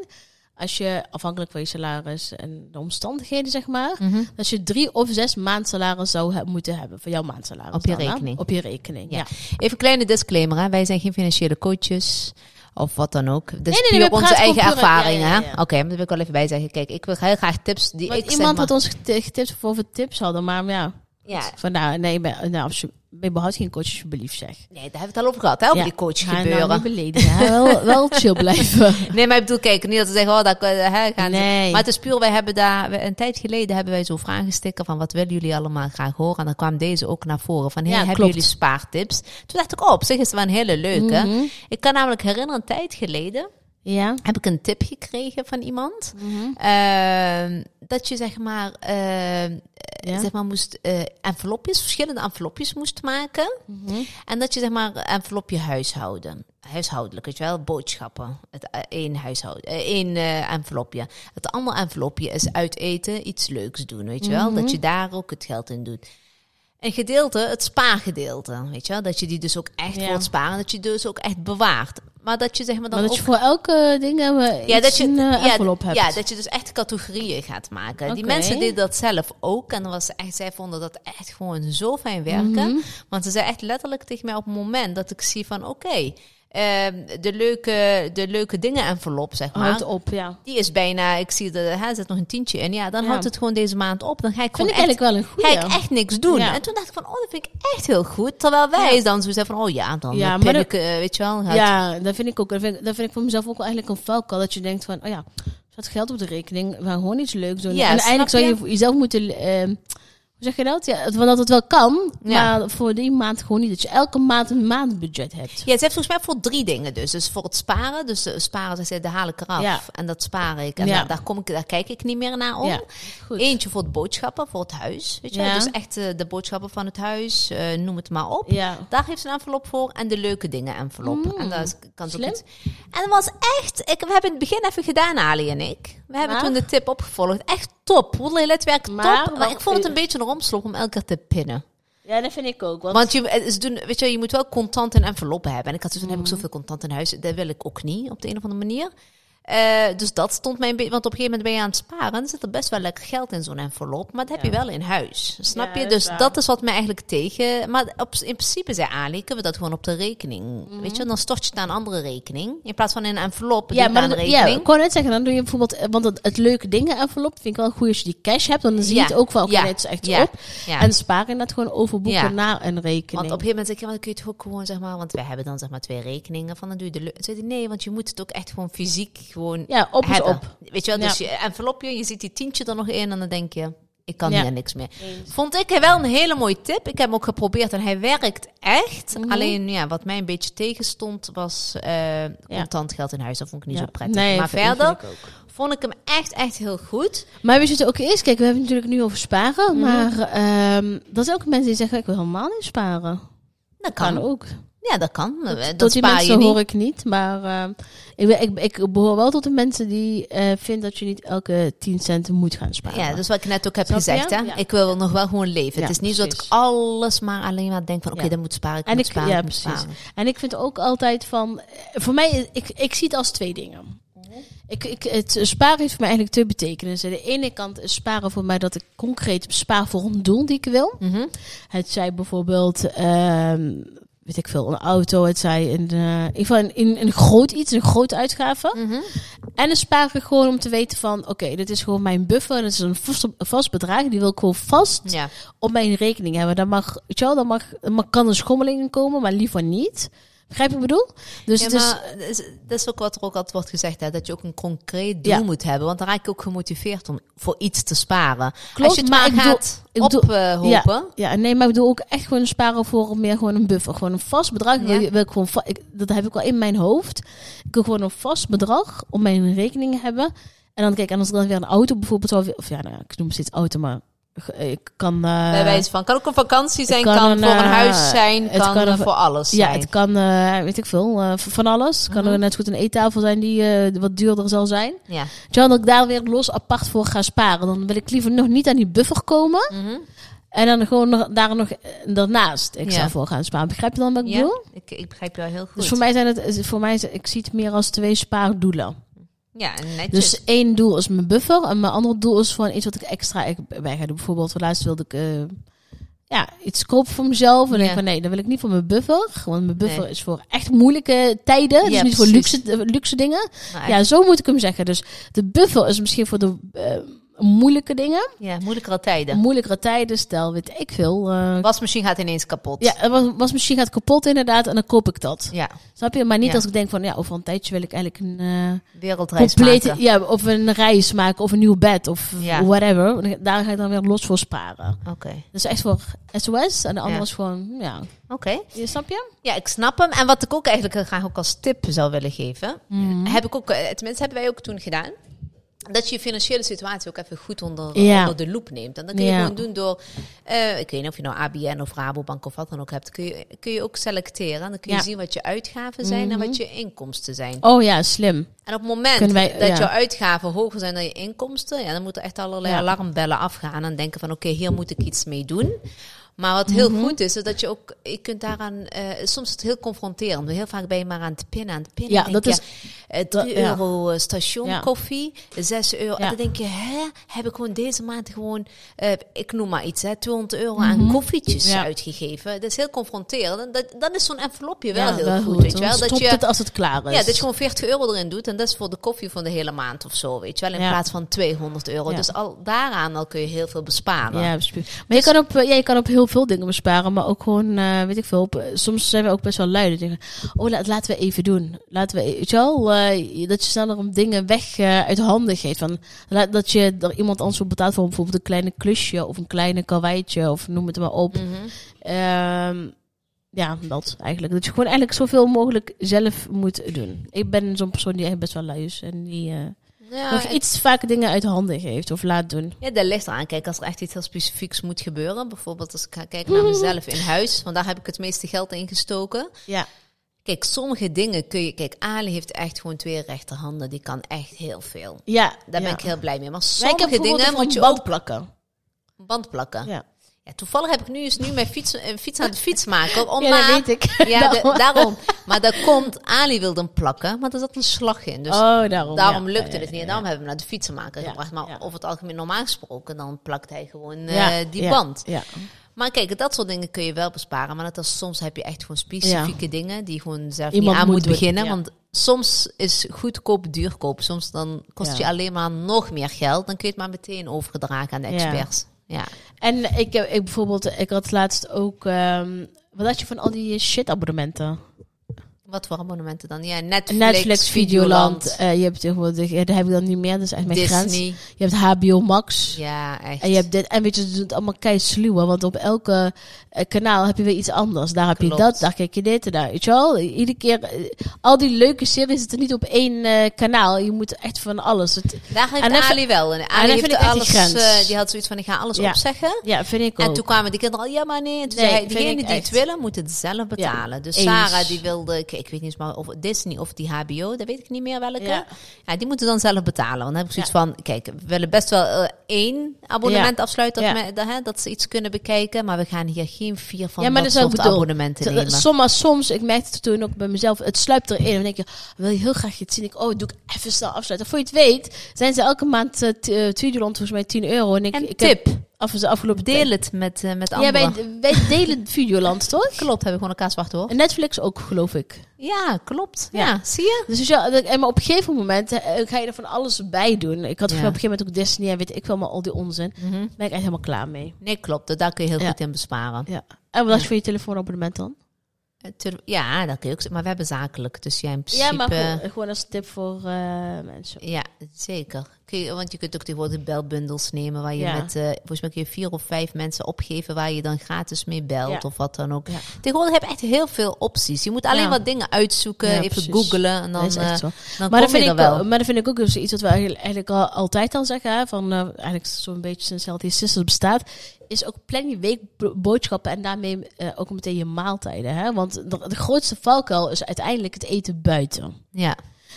[SPEAKER 1] Als je afhankelijk van je salaris en de omstandigheden, zeg maar.
[SPEAKER 2] Mhm.
[SPEAKER 1] Dat je drie of zes maand salaris zou he- moeten hebben. Van jouw maandsalaris.
[SPEAKER 2] Op je
[SPEAKER 1] dan, hè?
[SPEAKER 2] rekening.
[SPEAKER 1] Op je rekening, ja.
[SPEAKER 2] Ja. Even een kleine disclaimer. Hè? Wij zijn geen financiële coaches of wat dan ook. Dus
[SPEAKER 1] nee, we
[SPEAKER 2] puur
[SPEAKER 1] praten
[SPEAKER 2] onze
[SPEAKER 1] gewoon
[SPEAKER 2] eigen
[SPEAKER 1] puur-
[SPEAKER 2] ervaringen.
[SPEAKER 1] ja, ja,
[SPEAKER 2] hè?
[SPEAKER 1] ja.
[SPEAKER 2] Oké, maar daar wil ik wel even bij zeggen. Kijk, ik wil heel graag tips die
[SPEAKER 1] Want
[SPEAKER 2] ik zeg
[SPEAKER 1] iemand
[SPEAKER 2] maar-
[SPEAKER 1] had ons geti- getipt voor we tips hadden. Maar ja,
[SPEAKER 2] Ja,
[SPEAKER 1] van nou, nee, ik ben, nou, als je, ben behoud geen coach alsjeblieft zeg.
[SPEAKER 2] nee, daar hebben we het al over gehad, hè, over
[SPEAKER 1] Ja.
[SPEAKER 2] die coach
[SPEAKER 1] Ga je
[SPEAKER 2] gebeuren.
[SPEAKER 1] nou niet beledigen. hè? wel, wel chill blijven.
[SPEAKER 2] Nee, maar ik bedoel, kijk, niet dat ze zeggen, oh, daar eh, hè, gaan ze-
[SPEAKER 1] Nee.
[SPEAKER 2] Maar het is puur, wij hebben daar, we- een tijd geleden hebben wij zo'n vragensticker van wat willen jullie allemaal graag horen? En dan kwam deze ook naar voren van, hey,
[SPEAKER 1] Ja,
[SPEAKER 2] hebben
[SPEAKER 1] klopt.
[SPEAKER 2] jullie spaartips? Toen dacht ik, oh, op zich is het wel een hele leuke.
[SPEAKER 1] Mhm.
[SPEAKER 2] Ik kan namelijk herinneren, een tijd geleden,
[SPEAKER 1] Ja.
[SPEAKER 2] heb ik een tip gekregen van iemand.
[SPEAKER 1] Mhm.
[SPEAKER 2] Ehm, dat je zeg maar, ehm,
[SPEAKER 1] Ja.
[SPEAKER 2] zeg maar moest eh, envelopjes, verschillende envelopjes moest maken.
[SPEAKER 1] Mhm.
[SPEAKER 2] En dat je zeg maar envelopje huishouden. Huishoudelijk, weet je wel, boodschappen. Het eh, één, huishoud, eh, één eh, envelopje. Het andere envelopje is uit eten, iets leuks doen, weet je wel.
[SPEAKER 1] Mhm.
[SPEAKER 2] Dat je daar ook het geld in doet. Een gedeelte, het spaargedeelte, weet je wel. Dat je die dus ook echt
[SPEAKER 1] Ja.
[SPEAKER 2] wilt sparen. Dat je dus ook echt bewaart. Maar dat je zeg maar dan
[SPEAKER 1] Maar dat
[SPEAKER 2] ook
[SPEAKER 1] je voor elke ding hebben ja, dat je, een eh,
[SPEAKER 2] ja,
[SPEAKER 1] envelop hebt.
[SPEAKER 2] Ja, dat je dus echt categorieën gaat maken. Die
[SPEAKER 1] Oké.
[SPEAKER 2] mensen deden dat zelf ook. En dat was echt, zij vonden dat echt gewoon zo fijn werken.
[SPEAKER 1] Mhm.
[SPEAKER 2] Want ze zei echt letterlijk tegen mij op het moment dat ik zie van... Oké, ehm, de, leuke, de leuke dingen envelop, zeg maar.
[SPEAKER 1] Houdt op, ja.
[SPEAKER 2] Die is bijna, ik zie dat er hè, zit nog een tientje in. Ja, dan
[SPEAKER 1] Ja.
[SPEAKER 2] houdt het gewoon deze maand op. Dan ga ik
[SPEAKER 1] Vind
[SPEAKER 2] gewoon
[SPEAKER 1] ik
[SPEAKER 2] echt
[SPEAKER 1] eigenlijk wel een
[SPEAKER 2] ga ik
[SPEAKER 1] goede.
[SPEAKER 2] echt niks doen.
[SPEAKER 1] Ja.
[SPEAKER 2] En toen dacht ik van, oh, dat vind ik echt heel goed. Terwijl wij
[SPEAKER 1] Ja.
[SPEAKER 2] dan zo zeggen van, oh ja, dan
[SPEAKER 1] Ja,
[SPEAKER 2] ja,
[SPEAKER 1] maar
[SPEAKER 2] ik, eh, weet je wel. gaat-
[SPEAKER 1] Ja, dat vind ik ook. Dat vind ik, dat vind ik voor mezelf ook wel eigenlijk een valkuil. Dat je denkt van, oh ja, er staat geld op de rekening. We gaan gewoon iets leuks doen.
[SPEAKER 2] Ja,
[SPEAKER 1] en
[SPEAKER 2] snap
[SPEAKER 1] eigenlijk zou je
[SPEAKER 2] je?
[SPEAKER 1] voor jezelf moeten... ehm, hoe zeg je dat? Ja, want dat het wel kan,
[SPEAKER 2] Ja.
[SPEAKER 1] maar voor die maand gewoon niet. Dat je elke maand een maandbudget hebt.
[SPEAKER 2] Ja, ze heeft volgens mij voor drie dingen dus. Dus voor het sparen. Dus eh, sparen, ze zei, daar haal ik eraf.
[SPEAKER 1] Ja.
[SPEAKER 2] En dat spaar ik. En
[SPEAKER 1] Ja.
[SPEAKER 2] daar, daar, kom ik, daar kijk ik niet meer naar om.
[SPEAKER 1] Ja, goed.
[SPEAKER 2] Eentje voor het boodschappen, voor het huis. Weet je wel?
[SPEAKER 1] Ja.
[SPEAKER 2] Dus echt eh, de boodschappen van het huis, eh, noem het maar op.
[SPEAKER 1] Ja. Mm.
[SPEAKER 2] Daar heeft ze een envelop voor. En de leuke dingen envelop. en daar is- kan ze ook
[SPEAKER 1] Slim.
[SPEAKER 2] iets- En het was echt... Ik, we hebben het begin even gedaan, Ali en ik. We hebben
[SPEAKER 1] Maar?
[SPEAKER 2] toen de tip opgevolgd. Echt top. Wallah, het werkt
[SPEAKER 1] Maar
[SPEAKER 2] top. Maar
[SPEAKER 1] wat-
[SPEAKER 2] ik vond het een beetje een romslomp om elke keer te pinnen.
[SPEAKER 1] Ja, dat vind ik ook. Want,
[SPEAKER 2] Want je, eh, ze doen, weet je, wel,
[SPEAKER 1] Mhm.
[SPEAKER 2] je moet wel contant en enveloppen hebben. En ik had dus, dan heb ik zoveel contant in huis. Dat wil ik ook niet, op de een of andere manier. Eh, Eh, dus dat stond mij een beetje, want op een gegeven moment ben je aan het sparen. Dan zit er best wel lekker geld in zo'n envelop. Maar dat heb je wel in huis. Snap
[SPEAKER 1] Ja,
[SPEAKER 2] je?
[SPEAKER 1] dat is
[SPEAKER 2] Dus
[SPEAKER 1] waar.
[SPEAKER 2] dat is wat mij eigenlijk tegen. Maar op, in principe zei Ali: kunnen we dat gewoon op de rekening? Weet je, dan stort je het naar een andere rekening. In plaats van in een envelop.
[SPEAKER 1] Mhm. Ja, maar
[SPEAKER 2] aan een
[SPEAKER 1] dan, ja,
[SPEAKER 2] rekening.
[SPEAKER 1] ik kon net zeggen, dan doe je bijvoorbeeld, eh, want het, het leuke dingen envelop vind ik wel goed als je die cash hebt, dan zie je
[SPEAKER 2] Ja,
[SPEAKER 1] het ook wel, oké,
[SPEAKER 2] ja,
[SPEAKER 1] dit is echt
[SPEAKER 2] ja,
[SPEAKER 1] op.
[SPEAKER 2] ja.
[SPEAKER 1] En sparen dat gewoon overboeken
[SPEAKER 2] Ja.
[SPEAKER 1] naar een rekening.
[SPEAKER 2] Want op een gegeven moment zeg je, maar, dan kun je het ook gewoon, zeg maar, want we hebben dan zeg maar twee rekeningen van, dan doe je de lu- Zei hij, nee, want je moet het ook echt gewoon fysiek gewoon
[SPEAKER 1] ja, op is
[SPEAKER 2] hebben.
[SPEAKER 1] op.
[SPEAKER 2] Weet je wel, dus
[SPEAKER 1] Ja.
[SPEAKER 2] je envelopje, je ziet die tientje er nog in en dan denk je, ik kan
[SPEAKER 1] Ja.
[SPEAKER 2] hier niks meer. Vond ik wel een hele mooie tip. Ik heb hem ook geprobeerd en hij werkt echt.
[SPEAKER 1] Mhm.
[SPEAKER 2] Alleen, ja, wat mij een beetje tegenstond was eh, contant geld in huis. Dat vond ik niet
[SPEAKER 1] Ja.
[SPEAKER 2] zo prettig.
[SPEAKER 1] Nee,
[SPEAKER 2] maar
[SPEAKER 1] vind- vind
[SPEAKER 2] verder
[SPEAKER 1] ik ook.
[SPEAKER 2] vond ik hem echt, echt heel goed.
[SPEAKER 1] Maar we zitten ook eerst, kijk, we hebben het natuurlijk nu over sparen,
[SPEAKER 2] Mhm.
[SPEAKER 1] maar ehm er zijn ook mensen die zeggen, ik wil helemaal niet sparen.
[SPEAKER 2] Dat kan.
[SPEAKER 1] Kan ook.
[SPEAKER 2] Ja, dat kan. Dat, dat
[SPEAKER 1] tot die
[SPEAKER 2] spaar je
[SPEAKER 1] mensen
[SPEAKER 2] niet.
[SPEAKER 1] hoor ik niet, maar ehm, ik, ben- ik, ik behoor wel tot de mensen die eh vinden dat je niet elke 10 cent moet gaan sparen.
[SPEAKER 2] Ja, dus wat ik net ook heb
[SPEAKER 1] Snap je?
[SPEAKER 2] gezegd, hè?
[SPEAKER 1] Ja.
[SPEAKER 2] ik wil nog wel gewoon leven.
[SPEAKER 1] Ja,
[SPEAKER 2] het is niet zo dat ik
[SPEAKER 1] precies.
[SPEAKER 2] alles maar alleen maar denk van, oké,
[SPEAKER 1] Ja.
[SPEAKER 2] dat moet sparen, ik
[SPEAKER 1] En
[SPEAKER 2] moet
[SPEAKER 1] ik-
[SPEAKER 2] sparen,
[SPEAKER 1] ja,
[SPEAKER 2] ik moet
[SPEAKER 1] precies.
[SPEAKER 2] sparen.
[SPEAKER 1] En ik vind ook altijd van, eh, voor mij, ik, ik zie het als twee dingen. Ik, ik, het sparen heeft voor mij eigenlijk twee betekenissen. De ene kant is sparen voor mij dat ik concreet spaar voor een doel die ik wil.
[SPEAKER 2] Mhm.
[SPEAKER 1] Het zij bijvoorbeeld, ehm, weet ik veel, een auto. Het zij een, eh, in, ieder geval een, in een groot iets, een grote uitgave.
[SPEAKER 2] Mhm.
[SPEAKER 1] En dan spaar ik gewoon om te weten van, oké, dit is gewoon mijn buffer. Dat is een vast, vast bedrag, die wil ik gewoon vast
[SPEAKER 2] Ja.
[SPEAKER 1] op mijn rekening hebben. Dan mag, weet je wel, dan mag, dan kan er schommeling in komen, maar liever niet. Begrijp je wat ik bedoel? Dus
[SPEAKER 2] Ja,
[SPEAKER 1] het is,
[SPEAKER 2] maar dat is, dat is ook wat er ook altijd wordt gezegd, hè, dat je ook een concreet doel
[SPEAKER 1] Ja.
[SPEAKER 2] moet hebben. Want dan raak ik ook gemotiveerd om voor iets te sparen.
[SPEAKER 1] Klopt,
[SPEAKER 2] Als je het
[SPEAKER 1] maar
[SPEAKER 2] maar,
[SPEAKER 1] ik
[SPEAKER 2] gaat
[SPEAKER 1] bedoel- ik bedoel-
[SPEAKER 2] ophopen,
[SPEAKER 1] ja, nee, maar ik bedoel ook echt gewoon sparen voor meer gewoon een buffer. Gewoon een vast bedrag. Wil,
[SPEAKER 2] Ja.
[SPEAKER 1] je- wil ik gewoon, va- ik, dat heb ik wel in mijn hoofd. Ik wil gewoon een vast bedrag op mijn rekening hebben. En dan kijk, en als ik dan weer een auto bijvoorbeeld zou... Of ja, nou, ik noem steeds auto, maar ge- ik kan... eh,
[SPEAKER 2] bij wijze van, kan ook een vakantie zijn,
[SPEAKER 1] kan
[SPEAKER 2] kan,
[SPEAKER 1] een,
[SPEAKER 2] voor een
[SPEAKER 1] eh,
[SPEAKER 2] huis zijn,
[SPEAKER 1] het
[SPEAKER 2] kan,
[SPEAKER 1] kan
[SPEAKER 2] eh,
[SPEAKER 1] een-
[SPEAKER 2] voor alles
[SPEAKER 1] ja,
[SPEAKER 2] zijn. Mhm.
[SPEAKER 1] het kan, eh, weet ik veel, eh, v- van alles. Het kan er net zo goed een eettafel zijn die eh, wat duurder zal zijn.
[SPEAKER 2] Ja.
[SPEAKER 1] Terwijl dat ik daar weer los apart voor ga sparen. Dan wil ik liever nog niet aan die buffer komen.
[SPEAKER 2] Mhm.
[SPEAKER 1] En dan gewoon nog, daar nog eh, daarnaast ik
[SPEAKER 2] Ja.
[SPEAKER 1] zou voor gaan sparen. Begrijp je dan wat ik
[SPEAKER 2] Ja,
[SPEAKER 1] bedoel?
[SPEAKER 2] ik, ik begrijp jou heel goed.
[SPEAKER 1] Dus voor mij zijn het, is- voor mij is, ik zie het meer als twee spaardoelen.
[SPEAKER 2] ja, en netjes.
[SPEAKER 1] Dus één doel is mijn buffer en mijn ander doel is gewoon iets wat ik extra ik- bij ga doen. Bijvoorbeeld, laatst wilde ik eh, ja, iets kopen voor mezelf. En dan denk ik
[SPEAKER 2] Ja.
[SPEAKER 1] van nee, dat wil ik niet voor mijn buffer. Want mijn buffer
[SPEAKER 2] Nee.
[SPEAKER 1] is voor echt moeilijke tijden. Dus
[SPEAKER 2] Ja,
[SPEAKER 1] niet voor
[SPEAKER 2] precies.
[SPEAKER 1] luxe, eh, luxe dingen.
[SPEAKER 2] Maar
[SPEAKER 1] Ja, zo moet ik hem zeggen. Dus de buffer is misschien voor de eh, moeilijke dingen.
[SPEAKER 2] ja, moeilijkere tijden.
[SPEAKER 1] Moeilijkere tijden, stel weet ik veel. eh,
[SPEAKER 2] Wasmachine gaat ineens kapot.
[SPEAKER 1] ja, er was, was misschien gaat kapot inderdaad en dan koop ik dat.
[SPEAKER 2] ja.
[SPEAKER 1] Snap je? Maar niet
[SPEAKER 2] Ja.
[SPEAKER 1] als ik denk van ja, over een tijdje wil ik eigenlijk een eh,
[SPEAKER 2] wereldreis
[SPEAKER 1] complete,
[SPEAKER 2] maken.
[SPEAKER 1] ja, of een reis maken of een nieuw bed of
[SPEAKER 2] Ja.
[SPEAKER 1] whatever. Daar ga ik dan weer los voor sparen.
[SPEAKER 2] Oké.
[SPEAKER 1] Dus echt voor SOS en de andere
[SPEAKER 2] Ja.
[SPEAKER 1] is gewoon, ja.
[SPEAKER 2] Oké.
[SPEAKER 1] Je, snap je?
[SPEAKER 2] Ja, ik snap hem. En wat ik ook eigenlijk heel graag ook als tip zou willen geven,
[SPEAKER 1] Mhm.
[SPEAKER 2] heb ik ook, eh, tenminste hebben wij ook toen gedaan, dat je je financiële situatie ook even goed onder,
[SPEAKER 1] Ja.
[SPEAKER 2] onder de loep neemt. En dat kun je
[SPEAKER 1] Ja.
[SPEAKER 2] gewoon doen door, eh, ik weet niet of je nou ABN of Rabobank of wat dan ook hebt, kun je, kun je ook selecteren. En dan kun je
[SPEAKER 1] Ja. Mhm.
[SPEAKER 2] zien wat je uitgaven zijn en wat je inkomsten zijn.
[SPEAKER 1] Oh ja, slim.
[SPEAKER 2] En op het moment
[SPEAKER 1] Kunnen wij-
[SPEAKER 2] dat
[SPEAKER 1] ja.
[SPEAKER 2] jouw uitgaven hoger zijn dan je inkomsten, ja, dan moeten echt allerlei
[SPEAKER 1] Ja.
[SPEAKER 2] alarmbellen afgaan en denken van oké, hier moet ik iets mee doen. Maar wat heel
[SPEAKER 1] Mhm.
[SPEAKER 2] goed is, is dat je ook, je kunt daaraan, eh, soms is het heel confronterend. Heel vaak ben je maar aan het pinnen, aan het pinnen.
[SPEAKER 1] Ja,
[SPEAKER 2] Dan
[SPEAKER 1] dat
[SPEAKER 2] denk
[SPEAKER 1] is-
[SPEAKER 2] je, eh,
[SPEAKER 1] dat-
[SPEAKER 2] 3
[SPEAKER 1] ja.
[SPEAKER 2] euro eh, station
[SPEAKER 1] Ja.
[SPEAKER 2] koffie, 6 euro.
[SPEAKER 1] Ja.
[SPEAKER 2] En dan denk je, hè, heb ik gewoon deze maand gewoon, eh, ik noem maar iets, hè, 200 euro aan koffietjes
[SPEAKER 1] Mhm. Ja.
[SPEAKER 2] uitgegeven. Dat is heel confronterend. En dat, dan is zo'n envelopje wel
[SPEAKER 1] Ja,
[SPEAKER 2] heel
[SPEAKER 1] wel
[SPEAKER 2] goed, weet je
[SPEAKER 1] Dan
[SPEAKER 2] wel. Dat
[SPEAKER 1] stopt
[SPEAKER 2] je,
[SPEAKER 1] het als het klaar is.
[SPEAKER 2] ja, dat je gewoon 40 euro erin doet. En dat is voor de koffie van de hele maand of zo, weet je wel. In
[SPEAKER 1] Ja.
[SPEAKER 2] plaats van 200 euro.
[SPEAKER 1] Ja.
[SPEAKER 2] Dus al, daaraan al kun je heel veel besparen.
[SPEAKER 1] Ja, precies. maar je, kan op, eh, ja, je kan op heel veel dingen besparen, maar ook gewoon, eh, weet ik veel, op, eh, soms zijn we ook best wel lui. Dat we denken, oh, la- laten we even doen. Laten we, weet je wel, eh, dat je sneller om dingen weg eh, uit handen geeft. Van, la- dat je er iemand anders voor betaalt voor bijvoorbeeld een kleine klusje of een kleine karweitje of noem het maar op.
[SPEAKER 2] Mhm.
[SPEAKER 1] Ehm, ja, dat eigenlijk. Dat je gewoon eigenlijk zoveel mogelijk zelf moet doen. Ik ben zo'n persoon die echt best wel lui is en die eh,
[SPEAKER 2] Ja,
[SPEAKER 1] nog
[SPEAKER 2] en-
[SPEAKER 1] iets vaker dingen uit handen geeft of laat doen.
[SPEAKER 2] ja, dat ligt eraan. Kijk, als er echt iets heel specifieks moet gebeuren. Bijvoorbeeld als ik ga kijken
[SPEAKER 1] Mhm.
[SPEAKER 2] naar mezelf in huis. Want daar heb ik het meeste geld in gestoken.
[SPEAKER 1] Ja.
[SPEAKER 2] Kijk, sommige dingen kun je... Kijk, Ali heeft echt gewoon twee rechterhanden. Die kan echt heel veel.
[SPEAKER 1] Ja,
[SPEAKER 2] Daar
[SPEAKER 1] ja.
[SPEAKER 2] ben ik heel blij mee. Maar
[SPEAKER 1] Maar ik heb
[SPEAKER 2] sommige
[SPEAKER 1] bijvoorbeeld
[SPEAKER 2] dingen
[SPEAKER 1] voor
[SPEAKER 2] moet je
[SPEAKER 1] een band
[SPEAKER 2] ook
[SPEAKER 1] plakken.
[SPEAKER 2] band plakken.
[SPEAKER 1] Ja,
[SPEAKER 2] Ja, toevallig heb ik nu eens nu mijn fiets, eh, fiets aan de fiets maken. Omdat
[SPEAKER 1] ja dat weet ik.
[SPEAKER 2] Ja, de- daarom. Maar dat komt, Ali wilde hem plakken, maar er zat een slag in. Dus
[SPEAKER 1] oh, daarom.
[SPEAKER 2] daarom
[SPEAKER 1] ja.
[SPEAKER 2] lukte
[SPEAKER 1] Ja, ja,
[SPEAKER 2] het niet.
[SPEAKER 1] ja.
[SPEAKER 2] En daarom hebben we hem naar de fietsenmaker
[SPEAKER 1] Ja,
[SPEAKER 2] gebracht. Maar
[SPEAKER 1] ja.
[SPEAKER 2] over het algemeen, normaal gesproken, dan plakt hij gewoon eh,
[SPEAKER 1] Ja,
[SPEAKER 2] die
[SPEAKER 1] ja,
[SPEAKER 2] band.
[SPEAKER 1] Ja.
[SPEAKER 2] Maar kijk, dat soort dingen kun je wel besparen. Maar dat is, soms heb je echt gewoon specifieke dingen die je gewoon zelf niet
[SPEAKER 1] Iemand
[SPEAKER 2] aan
[SPEAKER 1] moet
[SPEAKER 2] moet,
[SPEAKER 1] doen,
[SPEAKER 2] beginnen.
[SPEAKER 1] ja.
[SPEAKER 2] Want soms is goedkoop duurkoop. Soms dan kost
[SPEAKER 1] Ja.
[SPEAKER 2] je alleen maar nog meer geld. Dan kun je het maar meteen overgedragen aan de
[SPEAKER 1] Ja.
[SPEAKER 2] experts. Ja.
[SPEAKER 1] En ik, heb- ik bijvoorbeeld, eh, ik had laatst ook. ehm, wat had je van al die shit abonnementen?
[SPEAKER 2] Wat voor abonnementen dan? Ja, Netflix,
[SPEAKER 1] Netflix, Videoland.
[SPEAKER 2] Videoland,
[SPEAKER 1] eh, je hebt tegenwoordig, ja, daar heb ik dan niet meer, dus echt mijn grens.
[SPEAKER 2] Disney.
[SPEAKER 1] Je hebt HBO Max.
[SPEAKER 2] Ja, echt.
[SPEAKER 1] En je hebt dit, en weet je, ze doen het allemaal kei sluw, hè, want op elke eh, kanaal heb je weer iets anders. Daar heb
[SPEAKER 2] Klopt.
[SPEAKER 1] je dat, daar kijk je dit en daar, weet je wel. Iedere keer, eh, al die leuke series zitten niet op één eh, kanaal. Je moet echt van alles. Het,
[SPEAKER 2] Daar heeft
[SPEAKER 1] En dan-
[SPEAKER 2] Ali wel. En Ali
[SPEAKER 1] dan vind
[SPEAKER 2] heeft
[SPEAKER 1] ik echt die
[SPEAKER 2] alles,
[SPEAKER 1] grens.
[SPEAKER 2] eh, die had zoiets van, ik ga alles
[SPEAKER 1] Ja.
[SPEAKER 2] opzeggen.
[SPEAKER 1] ja, vind ik ook.
[SPEAKER 2] En toen kwamen die kinderen al, ja maar nee. En toen
[SPEAKER 1] Nee,
[SPEAKER 2] zei hij,
[SPEAKER 1] vind ik
[SPEAKER 2] degene die het
[SPEAKER 1] echt.
[SPEAKER 2] willen, moet het zelf betalen. dus
[SPEAKER 1] eens.
[SPEAKER 2] Sarah die wilde, ik, ik weet niet eens maar of Disney of die HBO, dat weet ik niet meer welke.
[SPEAKER 1] Ja.
[SPEAKER 2] Ja. die moeten dan zelf betalen. Want dan heb ik zoiets
[SPEAKER 1] Ja.
[SPEAKER 2] van, kijk, we willen best wel eh, één abonnement afsluiten. Dat,
[SPEAKER 1] Ja.
[SPEAKER 2] me- dat, hè, dat ze iets kunnen bekijken. Maar we gaan hier geen vier van
[SPEAKER 1] ja, maar
[SPEAKER 2] dat
[SPEAKER 1] dat is ook
[SPEAKER 2] soort
[SPEAKER 1] bedoeld.
[SPEAKER 2] abonnementen
[SPEAKER 1] Terwijl-
[SPEAKER 2] nemen.
[SPEAKER 1] Soms, soms, ik merkte het toen ook bij mezelf, het sluipt erin. En dan denk je, wil je heel graag iets zien? Ik, oh, doe ik even snel afsluiten. Voor je het weet, zijn ze elke maand uh, Videoland volgens mij 10 euro. En, ik,
[SPEAKER 2] En
[SPEAKER 1] ik
[SPEAKER 2] tip,
[SPEAKER 1] heb af en toe afgelopen
[SPEAKER 2] deel het met, eh, met
[SPEAKER 1] Ja,
[SPEAKER 2] anderen.
[SPEAKER 1] wij, wij delen Videoland, toch?
[SPEAKER 2] Klopt, hebben we gewoon elkaar zwart hoor.
[SPEAKER 1] En Netflix ook, geloof ik.
[SPEAKER 2] Ja, klopt.
[SPEAKER 1] Ja.
[SPEAKER 2] Ja, zie je?
[SPEAKER 1] Dus weet je wel, dat- en maar op een gegeven moment eh, ga je er van alles bij doen. Ik had
[SPEAKER 2] Ja.
[SPEAKER 1] op een gegeven moment ook Disney en weet ik wel, maar al die onzin. Daar ben ik echt helemaal klaar mee.
[SPEAKER 2] Nee, klopt. Daar kun je heel
[SPEAKER 1] Ja.
[SPEAKER 2] goed in besparen.
[SPEAKER 1] Ja. En wat was je voor je telefoonabonnement dan?
[SPEAKER 2] Eh, ter- Ja, dat kun je ook zeggen. Maar we hebben zakelijk. Dus jij in principe...
[SPEAKER 1] Ja, maar gewoon, gewoon als tip voor eh, mensen.
[SPEAKER 2] Ja, zeker. Kun je, want je kunt ook tegenwoordig belbundels nemen waar je
[SPEAKER 1] Ja.
[SPEAKER 2] met, eh, volgens mij kun je vier of vijf mensen opgeven waar je dan gratis mee belt
[SPEAKER 1] Ja.
[SPEAKER 2] of wat dan ook.
[SPEAKER 1] Ja.
[SPEAKER 2] Tegenwoordig heb je echt heel veel opties. Je moet alleen
[SPEAKER 1] Ja.
[SPEAKER 2] wat dingen uitzoeken,
[SPEAKER 1] Ja,
[SPEAKER 2] even
[SPEAKER 1] precies.
[SPEAKER 2] googlen en dan,
[SPEAKER 1] dat is echt
[SPEAKER 2] eh,
[SPEAKER 1] zo. Maar
[SPEAKER 2] dan kom
[SPEAKER 1] dat, vind
[SPEAKER 2] je
[SPEAKER 1] ik,
[SPEAKER 2] er wel.
[SPEAKER 1] wel- maar dat vind ik ook dus iets wat we eigenlijk eigenlijk al, altijd al zeggen. Hè, van, eh, eigenlijk zo'n beetje sinds Healthy Sisters bestaat. Is ook plan je weekboodschappen en daarmee eh, ook meteen je maaltijden. Hè? Want de, de grootste valkuil is uiteindelijk het eten buiten.
[SPEAKER 2] Ja.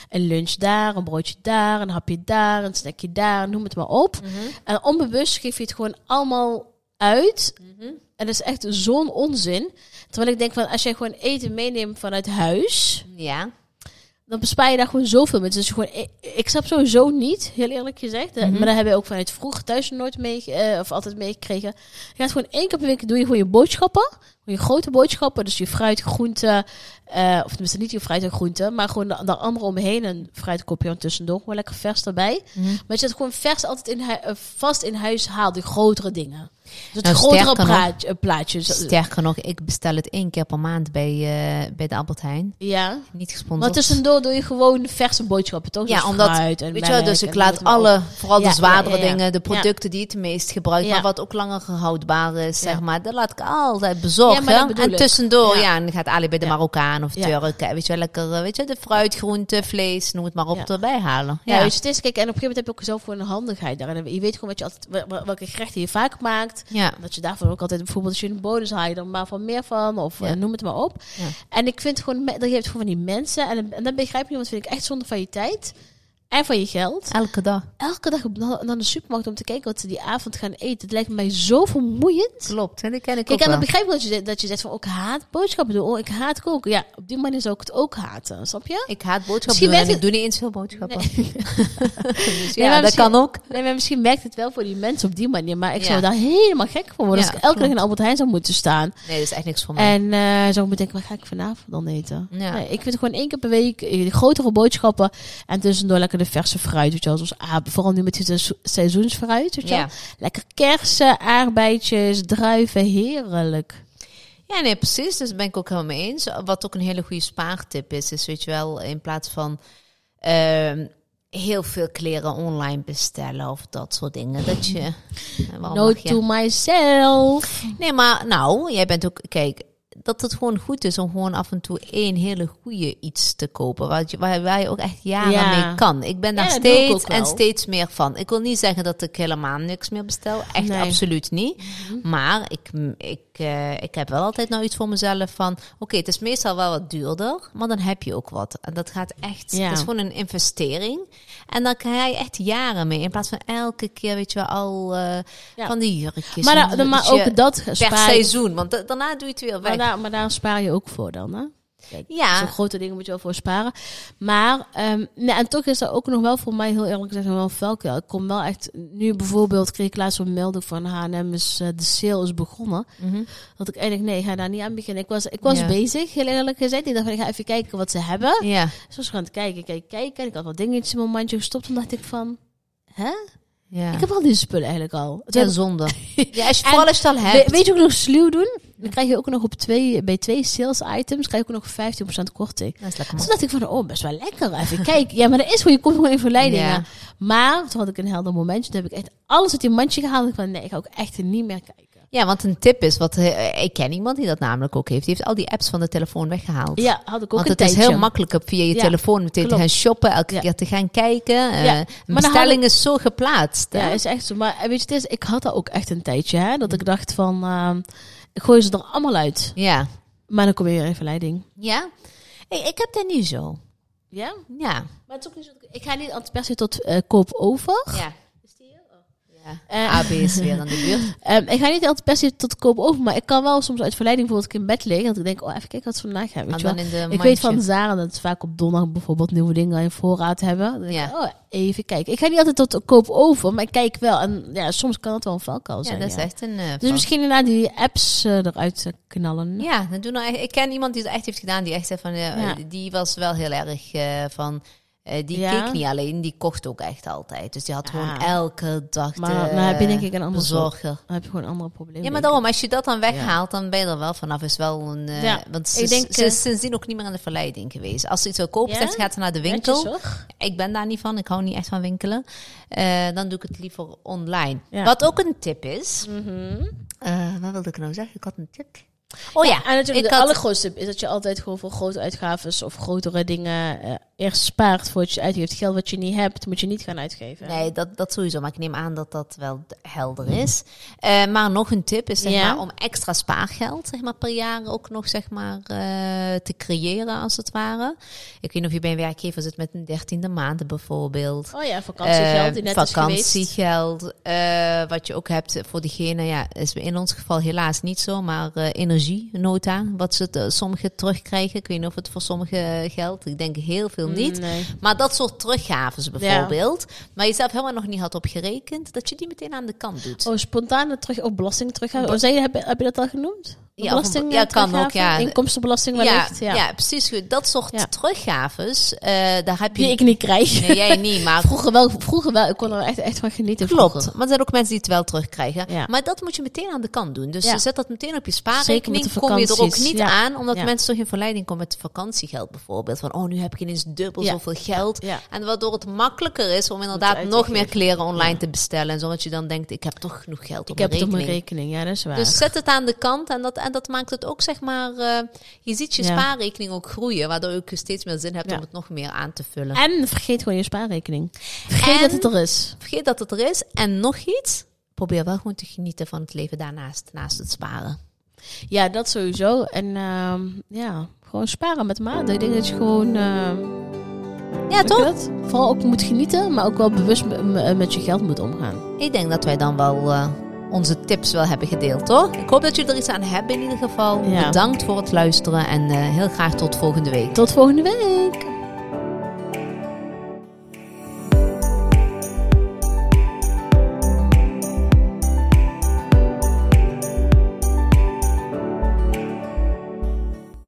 [SPEAKER 1] Een lunch daar, een broodje daar, een hapje daar, een snackje daar, noem het maar op.
[SPEAKER 2] Mhm.
[SPEAKER 1] En onbewust geef je het gewoon allemaal uit.
[SPEAKER 2] Mhm.
[SPEAKER 1] En dat is echt zo'n onzin. Terwijl ik denk van als jij gewoon eten meeneemt vanuit huis,
[SPEAKER 2] ja.
[SPEAKER 1] dan bespaar je daar gewoon zoveel mee. Dus als je gewoon, ik, ik snap sowieso niet, heel eerlijk gezegd.
[SPEAKER 2] Mhm.
[SPEAKER 1] eh, Maar dat hebben we ook vanuit vroeger thuis nooit mee, eh, of altijd meegekregen. Je gaat gewoon één keer per week doe je gewoon je boodschappen. Gewoon je grote boodschappen. Dus je fruit, groente, eh, of tenminste niet je fruit en groente, maar gewoon de, de andere omheen. Een fruitkopje en tussendoor, gewoon lekker vers erbij.
[SPEAKER 2] Mhm.
[SPEAKER 1] Maar dat je het gewoon vers altijd in hui- eh, vast in huis haalt, die grotere dingen. Dus het
[SPEAKER 2] Nou,
[SPEAKER 1] grotere
[SPEAKER 2] sterker nog-
[SPEAKER 1] praat, eh, plaatje. zo-
[SPEAKER 2] Sterker nog, ik bestel het één keer per maand bij, eh, bij de Albert Heijn.
[SPEAKER 1] Ja.
[SPEAKER 2] Niet
[SPEAKER 1] Maar
[SPEAKER 2] gesponsord.
[SPEAKER 1] tussendoor doe je gewoon verse boodschappen, toch?
[SPEAKER 2] Ja,
[SPEAKER 1] Dus
[SPEAKER 2] omdat-
[SPEAKER 1] fruit en
[SPEAKER 2] Weet je wel,
[SPEAKER 1] melk
[SPEAKER 2] dus ik
[SPEAKER 1] en noem
[SPEAKER 2] laat
[SPEAKER 1] het maar op.
[SPEAKER 2] alle, vooral
[SPEAKER 1] Ja,
[SPEAKER 2] de zwaardere
[SPEAKER 1] ja, ja, ja.
[SPEAKER 2] dingen, de
[SPEAKER 1] Ja.
[SPEAKER 2] producten die het meest gebruikt,
[SPEAKER 1] Ja.
[SPEAKER 2] maar wat ook langer houdbaar is,
[SPEAKER 1] Ja.
[SPEAKER 2] zeg maar, dat laat ik altijd
[SPEAKER 1] Ja,
[SPEAKER 2] bezorgen.
[SPEAKER 1] maar dat bedoel
[SPEAKER 2] en
[SPEAKER 1] ik.
[SPEAKER 2] tussendoor,
[SPEAKER 1] Ja.
[SPEAKER 2] ja. en dan gaat Ali bij de
[SPEAKER 1] Ja.
[SPEAKER 2] Marokkaan of
[SPEAKER 1] Ja.
[SPEAKER 2] Turken, weet je wel, lekker, eh, weet je, de fruit, groente, vlees, noem het maar op,
[SPEAKER 1] Ja.
[SPEAKER 2] erbij halen.
[SPEAKER 1] Ja,
[SPEAKER 2] Ja,
[SPEAKER 1] weet je, het is, kijk, en op een gegeven moment heb je ook zelf gewoon een handigheid daar. En je weet gewoon wat je altijd, wel- wel- welke gerechten je vaak maakt.
[SPEAKER 2] ja.
[SPEAKER 1] Dat je daarvoor ook altijd bijvoorbeeld als je een bonus haalt, je er maar van meer van. Of
[SPEAKER 2] Ja.
[SPEAKER 1] eh, noem het maar op.
[SPEAKER 2] Ja.
[SPEAKER 1] En ik vind gewoon, me- dat je hebt gewoon van die mensen. En, en dat begrijp ik niet, want dat vind ik echt zonde van je tijd. En van je geld.
[SPEAKER 2] elke dag.
[SPEAKER 1] Elke dag op- na- naar de supermarkt om te kijken wat ze die avond gaan eten. Het lijkt mij zo vermoeiend.
[SPEAKER 2] Klopt, en die ken ik
[SPEAKER 1] Kijk,
[SPEAKER 2] ook
[SPEAKER 1] en dat
[SPEAKER 2] wel.
[SPEAKER 1] begrijp ik dat je, dat je zegt van, oh, ik haat boodschappen doen. Oh, ik haat koken. Ja, op die manier zou ik het ook haten, snap je?
[SPEAKER 2] Ik haat boodschappen
[SPEAKER 1] Misschien
[SPEAKER 2] doen en
[SPEAKER 1] werd
[SPEAKER 2] ik doe niet eens veel boodschappen. Dus
[SPEAKER 1] Nee,
[SPEAKER 2] ja,
[SPEAKER 1] maar
[SPEAKER 2] dat
[SPEAKER 1] misschien-
[SPEAKER 2] kan ook.
[SPEAKER 1] Nee, maar misschien werkt het wel voor die mensen op die manier. Maar ik zou
[SPEAKER 2] Ja.
[SPEAKER 1] daar helemaal gek van worden.
[SPEAKER 2] Ja,
[SPEAKER 1] als ik elke dag
[SPEAKER 2] klopt.
[SPEAKER 1] in Albert Heijn zou moeten staan.
[SPEAKER 2] Nee, dat is echt niks voor mij.
[SPEAKER 1] En eh, zou moeten denken, wat ga ik vanavond dan eten?
[SPEAKER 2] Ja.
[SPEAKER 1] Nee, ik vind gewoon één keer per week eh, de grotere boodschappen. En tussendoor lekker de verse fruit. Weet je wel, zoals aap- vooral nu met die seizo- seizoensfruit. Weet je wel.
[SPEAKER 2] Ja.
[SPEAKER 1] Lekker kersen, aardbeidjes, druiven. Heerlijk.
[SPEAKER 2] Ja, nee, precies. Dus ben ik ook helemaal mee eens. Wat ook een hele goede spaartip is, is weet je wel, in plaats van ehm, heel veel kleren online bestellen of dat soort dingen. Dat je. Eh, waarom
[SPEAKER 1] No
[SPEAKER 2] lach je?
[SPEAKER 1] to myself.
[SPEAKER 2] Nee, maar nou, jij bent ook. Kijk, dat het gewoon goed is om gewoon af en toe één hele goede iets te kopen. Waar je, waar, waar je ook echt jaren
[SPEAKER 1] Ja.
[SPEAKER 2] mee kan. Ik ben daar
[SPEAKER 1] Ja, dat doe ik
[SPEAKER 2] steeds
[SPEAKER 1] ook wel.
[SPEAKER 2] en steeds meer van. Ik wil niet zeggen dat ik helemaal niks meer bestel. Echt
[SPEAKER 1] Nee. Mhm.
[SPEAKER 2] absoluut niet. Maar ik, ik, eh, ik heb wel altijd nou iets voor mezelf van. Oké, het is meestal wel wat duurder. Maar dan heb je ook wat. En dat gaat echt.
[SPEAKER 1] Ja.
[SPEAKER 2] Het is gewoon een investering. En dan ga je echt jaren mee. In plaats van elke keer, weet je wel, al eh,
[SPEAKER 1] Ja.
[SPEAKER 2] van die jurkjes.
[SPEAKER 1] Maar,
[SPEAKER 2] en
[SPEAKER 1] da- da- maar
[SPEAKER 2] je-
[SPEAKER 1] ook dat
[SPEAKER 2] per
[SPEAKER 1] spaar je-
[SPEAKER 2] seizoen. Want da- daarna doe je het weer
[SPEAKER 1] maar,
[SPEAKER 2] weg.
[SPEAKER 1] daar, maar daar spaar je ook voor dan, hè? Kijk,
[SPEAKER 2] Ja.
[SPEAKER 1] Zo'n grote dingen moet je wel voor sparen. Maar, ehm, nee, en toch is dat ook nog wel voor mij, heel eerlijk gezegd, nog wel een valkuil. Ik kom wel echt, nu bijvoorbeeld kreeg ik laatst een melding van H&M, is, eh, de sale is begonnen.
[SPEAKER 2] mhm.
[SPEAKER 1] Dat ik eigenlijk, nee, ik ga daar niet aan beginnen. Ik was, ik was
[SPEAKER 2] Ja.
[SPEAKER 1] bezig, heel eerlijk gezegd. Ik dacht, van, ik ga even kijken wat ze hebben.
[SPEAKER 2] Ja.
[SPEAKER 1] Dus ik was gaan kijken, kijken, kijken. En ik had wat dingetjes in mijn mandje gestopt. En dacht ik van, hè?
[SPEAKER 2] ja.
[SPEAKER 1] Ik heb al die spullen eigenlijk al. Toen
[SPEAKER 2] ja,
[SPEAKER 1] heb ik-
[SPEAKER 2] zonde. ja, als je
[SPEAKER 1] En
[SPEAKER 2] vooral als je het al
[SPEAKER 1] We-
[SPEAKER 2] hebt.
[SPEAKER 1] weet je ook nog sluw doen? Dan krijg je ook nog op twee, bij twee sales items krijg je ook nog 15% korting.
[SPEAKER 2] dat is
[SPEAKER 1] Toen
[SPEAKER 2] lekker man.
[SPEAKER 1] dacht ik van, oh, best wel lekker. Even kijken. Ja, maar dat is gewoon, je komt gewoon in verleidingen.
[SPEAKER 2] Ja.
[SPEAKER 1] Maar toen had ik een helder momentje. Toen heb ik echt alles uit die mandje gehaald. Ik van, nee, ik ga ook echt niet meer kijken.
[SPEAKER 2] Ja, want een tip is, wat, eh, ik ken iemand die dat namelijk ook heeft. Die heeft al die apps van de telefoon weggehaald.
[SPEAKER 1] Ja, had ik ook
[SPEAKER 2] Want
[SPEAKER 1] een
[SPEAKER 2] het
[SPEAKER 1] tijdje.
[SPEAKER 2] is heel makkelijk om via je
[SPEAKER 1] Ja,
[SPEAKER 2] telefoon meteen
[SPEAKER 1] klopt.
[SPEAKER 2] te gaan shoppen, elke
[SPEAKER 1] Ja.
[SPEAKER 2] keer te gaan kijken. eh
[SPEAKER 1] Ja,
[SPEAKER 2] Een
[SPEAKER 1] maar dan
[SPEAKER 2] bestelling
[SPEAKER 1] had
[SPEAKER 2] is zo geplaatst. hè?
[SPEAKER 1] Ja, is echt zo. Maar eh, weet je, het is, ik had dat ook echt een tijdje. Hè, dat ik dacht van, ehm, ik gooi ze er allemaal uit.
[SPEAKER 2] ja.
[SPEAKER 1] Maar dan kom je weer in verleiding.
[SPEAKER 2] Ja? Ik, ik heb dat niet zo.
[SPEAKER 1] Ja?
[SPEAKER 2] Ja.
[SPEAKER 1] Maar het is ook niet zo... dat ik- Ik ga niet altijd per se tot eh, koop over.
[SPEAKER 2] ja. Oh,
[SPEAKER 1] Eh,
[SPEAKER 2] AB is weer aan de buurt.
[SPEAKER 1] Ehm, ik ga niet altijd per se tot koop over, maar ik kan wel soms uit verleiding bijvoorbeeld ik in bed liggen. Dat ik denk, oh, even kijken wat ze vandaag hebben.
[SPEAKER 2] En
[SPEAKER 1] Weet je wel.
[SPEAKER 2] dan in de
[SPEAKER 1] Ik
[SPEAKER 2] mandje.
[SPEAKER 1] weet van Zara dat ze vaak op donderdag bijvoorbeeld nieuwe dingen in voorraad hebben. Dan denk ik,
[SPEAKER 2] Ja.
[SPEAKER 1] oh, even kijken. Ik ga niet altijd tot koop over, maar ik kijk wel. En ja, soms kan het wel een valkuil
[SPEAKER 2] Ja,
[SPEAKER 1] zijn.
[SPEAKER 2] dat is
[SPEAKER 1] ja.
[SPEAKER 2] echt een... eh,
[SPEAKER 1] Dus
[SPEAKER 2] van-
[SPEAKER 1] misschien inderdaad die apps eh, eruit eh, knallen.
[SPEAKER 2] Ja, dat doen nou echt, ik ken iemand die het echt heeft gedaan. Die echt zei van, eh,
[SPEAKER 1] Ja.
[SPEAKER 2] die was wel heel erg eh, van. eh, die
[SPEAKER 1] Ja.
[SPEAKER 2] keek niet alleen, die kocht ook echt altijd. Dus die had
[SPEAKER 1] Ja.
[SPEAKER 2] gewoon elke dag.
[SPEAKER 1] Maar
[SPEAKER 2] de
[SPEAKER 1] dan heb je denk ik een ander
[SPEAKER 2] bezorger.
[SPEAKER 1] Dan heb je gewoon andere problemen.
[SPEAKER 2] eh, Ja, maar
[SPEAKER 1] denk ik.
[SPEAKER 2] daarom, als je dat dan weghaalt, dan ben je er wel vanaf. Is wel een, eh,
[SPEAKER 1] Ja.
[SPEAKER 2] Want ze,
[SPEAKER 1] Ik
[SPEAKER 2] ze-
[SPEAKER 1] denk,
[SPEAKER 2] ze
[SPEAKER 1] eh,
[SPEAKER 2] is sindsdien ook niet meer aan de verleiding geweest. Als ze iets wil kopen,
[SPEAKER 1] Ja?
[SPEAKER 2] zegt ze, gaat ze naar de
[SPEAKER 1] Netjes,
[SPEAKER 2] winkel.
[SPEAKER 1] hoor.
[SPEAKER 2] Ik ben daar niet van, ik hou niet echt van winkelen. Eh, dan doe ik het liever online.
[SPEAKER 1] Ja. Mhm.
[SPEAKER 2] Wat ook een tip is. Eh, wat wilde ik nou zeggen? Ik had een tip. Oh ja,
[SPEAKER 1] En natuurlijk,
[SPEAKER 2] ik
[SPEAKER 1] de
[SPEAKER 2] had-
[SPEAKER 1] allergrootste tip is dat je altijd gewoon voor grote uitgaves of grotere dingen eh, eerst spaart voordat je uitgeeft. Geld wat je niet hebt, moet je niet gaan uitgeven.
[SPEAKER 2] Nee, dat, dat sowieso. Maar ik neem aan dat dat wel d- helder is. Eh, maar nog een tip is zeg
[SPEAKER 1] Ja.
[SPEAKER 2] maar, om extra spaargeld zeg maar, per jaar ook nog zeg maar, eh, te creëren, als het ware. Ik weet niet of je bij een werkgever zit met een dertiende maand bijvoorbeeld.
[SPEAKER 1] Oh ja, vakantiegeld die
[SPEAKER 2] Eh,
[SPEAKER 1] net is geweest.
[SPEAKER 2] vakantiegeld, eh, wat je ook hebt voor diegene, ja, is in ons geval helaas niet zo, maar eh, energienota, wat ze eh, sommigen terugkrijgen. Ik weet niet of het voor sommigen geldt, ik denk heel
[SPEAKER 1] Mm,
[SPEAKER 2] veel niet.
[SPEAKER 1] Nee.
[SPEAKER 2] Maar dat soort teruggaves bijvoorbeeld, waar je zelf helemaal nog niet had op gerekend, dat je die meteen aan de kant doet.
[SPEAKER 1] Oh, spontane terug, oh, belasting teruggaan. Oh, zei je, heb, je- heb je dat al genoemd?
[SPEAKER 2] Ja, of een- ja,
[SPEAKER 1] eh,
[SPEAKER 2] kan ook,
[SPEAKER 1] teruggave?
[SPEAKER 2] ja.
[SPEAKER 1] Inkomstenbelasting wellicht, ja.
[SPEAKER 2] precies. goed. Dat soort
[SPEAKER 1] Ja.
[SPEAKER 2] teruggaves, eh, daar heb je...
[SPEAKER 1] Die ik niet krijg.
[SPEAKER 2] Nee, jij niet, maar
[SPEAKER 1] Vroeger wel, vroeger wel. Ik kon er echt, echt van genieten.
[SPEAKER 2] Klopt,
[SPEAKER 1] vroeger.
[SPEAKER 2] maar er zijn ook mensen die het wel terugkrijgen.
[SPEAKER 1] Ja.
[SPEAKER 2] Maar dat moet je meteen aan de kant doen. Dus
[SPEAKER 1] Ja.
[SPEAKER 2] zet dat meteen op je
[SPEAKER 1] Zeker met
[SPEAKER 2] spaarrekening.
[SPEAKER 1] de
[SPEAKER 2] Kom je er ook
[SPEAKER 1] vakanties,
[SPEAKER 2] niet
[SPEAKER 1] ja.
[SPEAKER 2] aan, omdat
[SPEAKER 1] Ja.
[SPEAKER 2] mensen toch in verleiding komen met vakantiegeld bijvoorbeeld. Van, oh, nu heb ik ineens dubbel
[SPEAKER 1] Ja.
[SPEAKER 2] zoveel geld.
[SPEAKER 1] Ja.
[SPEAKER 2] En waardoor het makkelijker is om inderdaad
[SPEAKER 1] uit te
[SPEAKER 2] nog meer
[SPEAKER 1] geven.
[SPEAKER 2] kleren online te bestellen. En zodat je dan denkt, ik heb toch genoeg geld op
[SPEAKER 1] Ik
[SPEAKER 2] mijn
[SPEAKER 1] heb het op
[SPEAKER 2] rekening.
[SPEAKER 1] mijn rekening, ja, dat is waar.
[SPEAKER 2] Dus zet het aan de kant en dat, en dat maakt het ook, zeg maar, eh, je ziet je
[SPEAKER 1] Ja.
[SPEAKER 2] spaarrekening ook groeien. Waardoor je ook steeds meer zin hebt
[SPEAKER 1] Ja.
[SPEAKER 2] om het nog meer aan te vullen.
[SPEAKER 1] en vergeet gewoon je spaarrekening. Vergeet
[SPEAKER 2] En-
[SPEAKER 1] dat het er is.
[SPEAKER 2] Vergeet dat het er is. En nog iets. Probeer wel gewoon te genieten van het leven daarnaast, naast het sparen.
[SPEAKER 1] Ja, dat sowieso. En ehm, ja, gewoon sparen met maat. Ik denk dat je gewoon... ehm, Weet
[SPEAKER 2] Ja,
[SPEAKER 1] je
[SPEAKER 2] toch?
[SPEAKER 1] dat? Vooral ook moet genieten, maar ook wel bewust me- me- met je geld moet omgaan.
[SPEAKER 2] Ik denk dat wij dan wel eh, onze tips wel hebben gedeeld, toch? Ik hoop dat jullie er iets aan hebben in ieder geval.
[SPEAKER 1] Ja.
[SPEAKER 2] Bedankt voor het luisteren en eh, heel graag tot volgende week.
[SPEAKER 1] Tot volgende week!